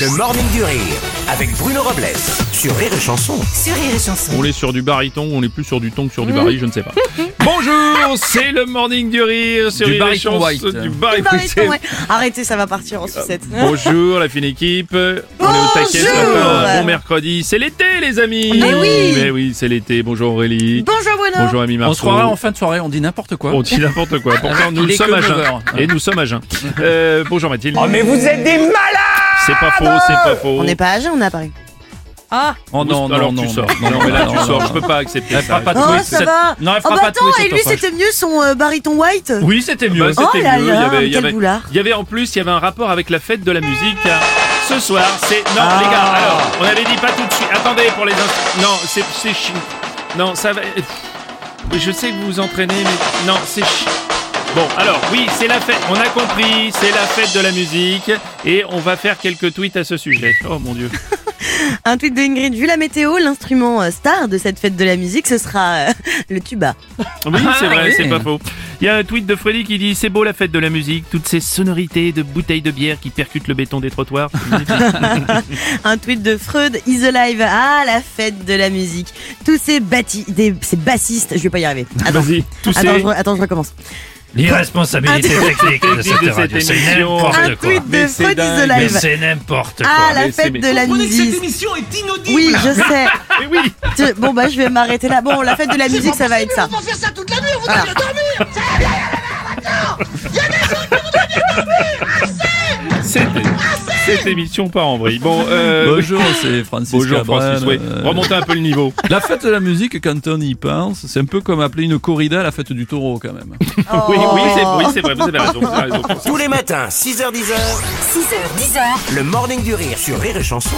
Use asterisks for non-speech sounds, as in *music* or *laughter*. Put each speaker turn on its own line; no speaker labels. Le Morning du Rire avec Bruno Robles sur Rire et Chanson.
sur Rire et Chanson.
On est sur du bariton, on est plus sur du ton que sur
Mm.
du baril, je ne
*laughs*
sais pas. Bonjour, c'est le morning du rire sur
Du
Rire et
baryton
Chanson,
white.
Du baryton
Arrêtez,
white.
ouais. Arrêtez, ça va partir en sucette.
Euh, Bonjour la fine équipe, on est au taquet ce
Bonjour.
matin, bon mercredi, c'est l'été les amis
Mais oui.
Mais oui, c'est l'été, bonjour
*laughs*
Aurélie,
Bonjour Bruno.
bonjour Ami Marco
On se croirait en fin de soirée, on dit n'importe
*laughs*
quoi.
On dit n'importe quoi, pourtant nous
Il est
sommes
que
à
neuf
jeun,
heures. Oh,
et nous sommes à jeun. Euh, bonjour Mathilde,
Mais vous êtes des malades
c'est pas faux, c'est pas faux.
On n'est pas âgé, on est à Paris. Ah
Oh non, non,
Alors
non,
tu
non,
sors,
non,
non mais là
non,
tu
non,
sors,
non.
je peux pas accepter
Elle
ça.
fera pas de
Oh,
ah, oui,
ça
c'est-
va
Non, elle fera
Oh
pas
bah
de
attends,
couilles,
et
cette
lui
offense.
c'était mieux son euh, baryton white
Oui, c'était mieux.
Oh
c'était
là là,
mieux. il y avait, il y
quel
avait-
boulard.
il y avait en plus, il y avait un rapport avec la fête de la musique. car Ce soir, c'est non
Ah.
les gars. Alors, on avait dit pas tout de suite. Attendez pour les ins- non, c'est c'est chi. Non, ça va. Je sais que vous vous entraînez, mais non, c'est chi. Bon, alors oui, c'est la fête. On a compris, c'est la fête de la musique et on va faire quelques tweets à ce sujet. Oh mon dieu.
Un tweet de Ingrid, vu la météo, l'instrument euh, star de cette fête de la musique, ce sera euh, *laughs* le tuba.
Oui,
Ah,
c'est vrai,
oui.
c'est pas faux. Il y a un tweet de Freddy qui dit C'est beau la fête de la musique, toutes ces sonorités de bouteilles de bière qui percutent le béton des trottoirs.
Un tweet de Freud, Is Alive, ah la fête de la musique. Tous ces, bâtis, des, ces bassistes, je vais pas y arriver. Attends,
Vas-y, tous
attends,
ces-
Ah je, re- attends, je recommence.
L'irresponsabilité
Un-
technique de cette radio, c'est
émission.
Un
n'importe quoi.
tweet de Freud, Is
Mais
Alive,
c'est n'importe quoi.
ah la
mais c'est-
fête
mais-
de la musique.
émission est inaudible
Oui, je sais.
Mais Eh oui
Tu- Bon bah je vais m'arrêter là. Bon, la fête de la musique, ça va être ça.
faire ça toute la nuit, on voudrait
Voilà.
bien dormir
Cette, cette émission part en vrille. Bon, euh,
Bonjour, c'est Francis
bonjour
Cabrel,
Francis. Oui.
euh,
Remontez un peu le niveau.
La fête de la musique, quand on y pense, c'est un peu comme appeler une corrida à la fête du taureau quand même.
Oui, oui, c'est oui, c'est vrai. Vous avez raison. vous avez raison.
Tous les matins, 6h10,
6h, 10h.
le Morning du Rire sur Rire et Chanson.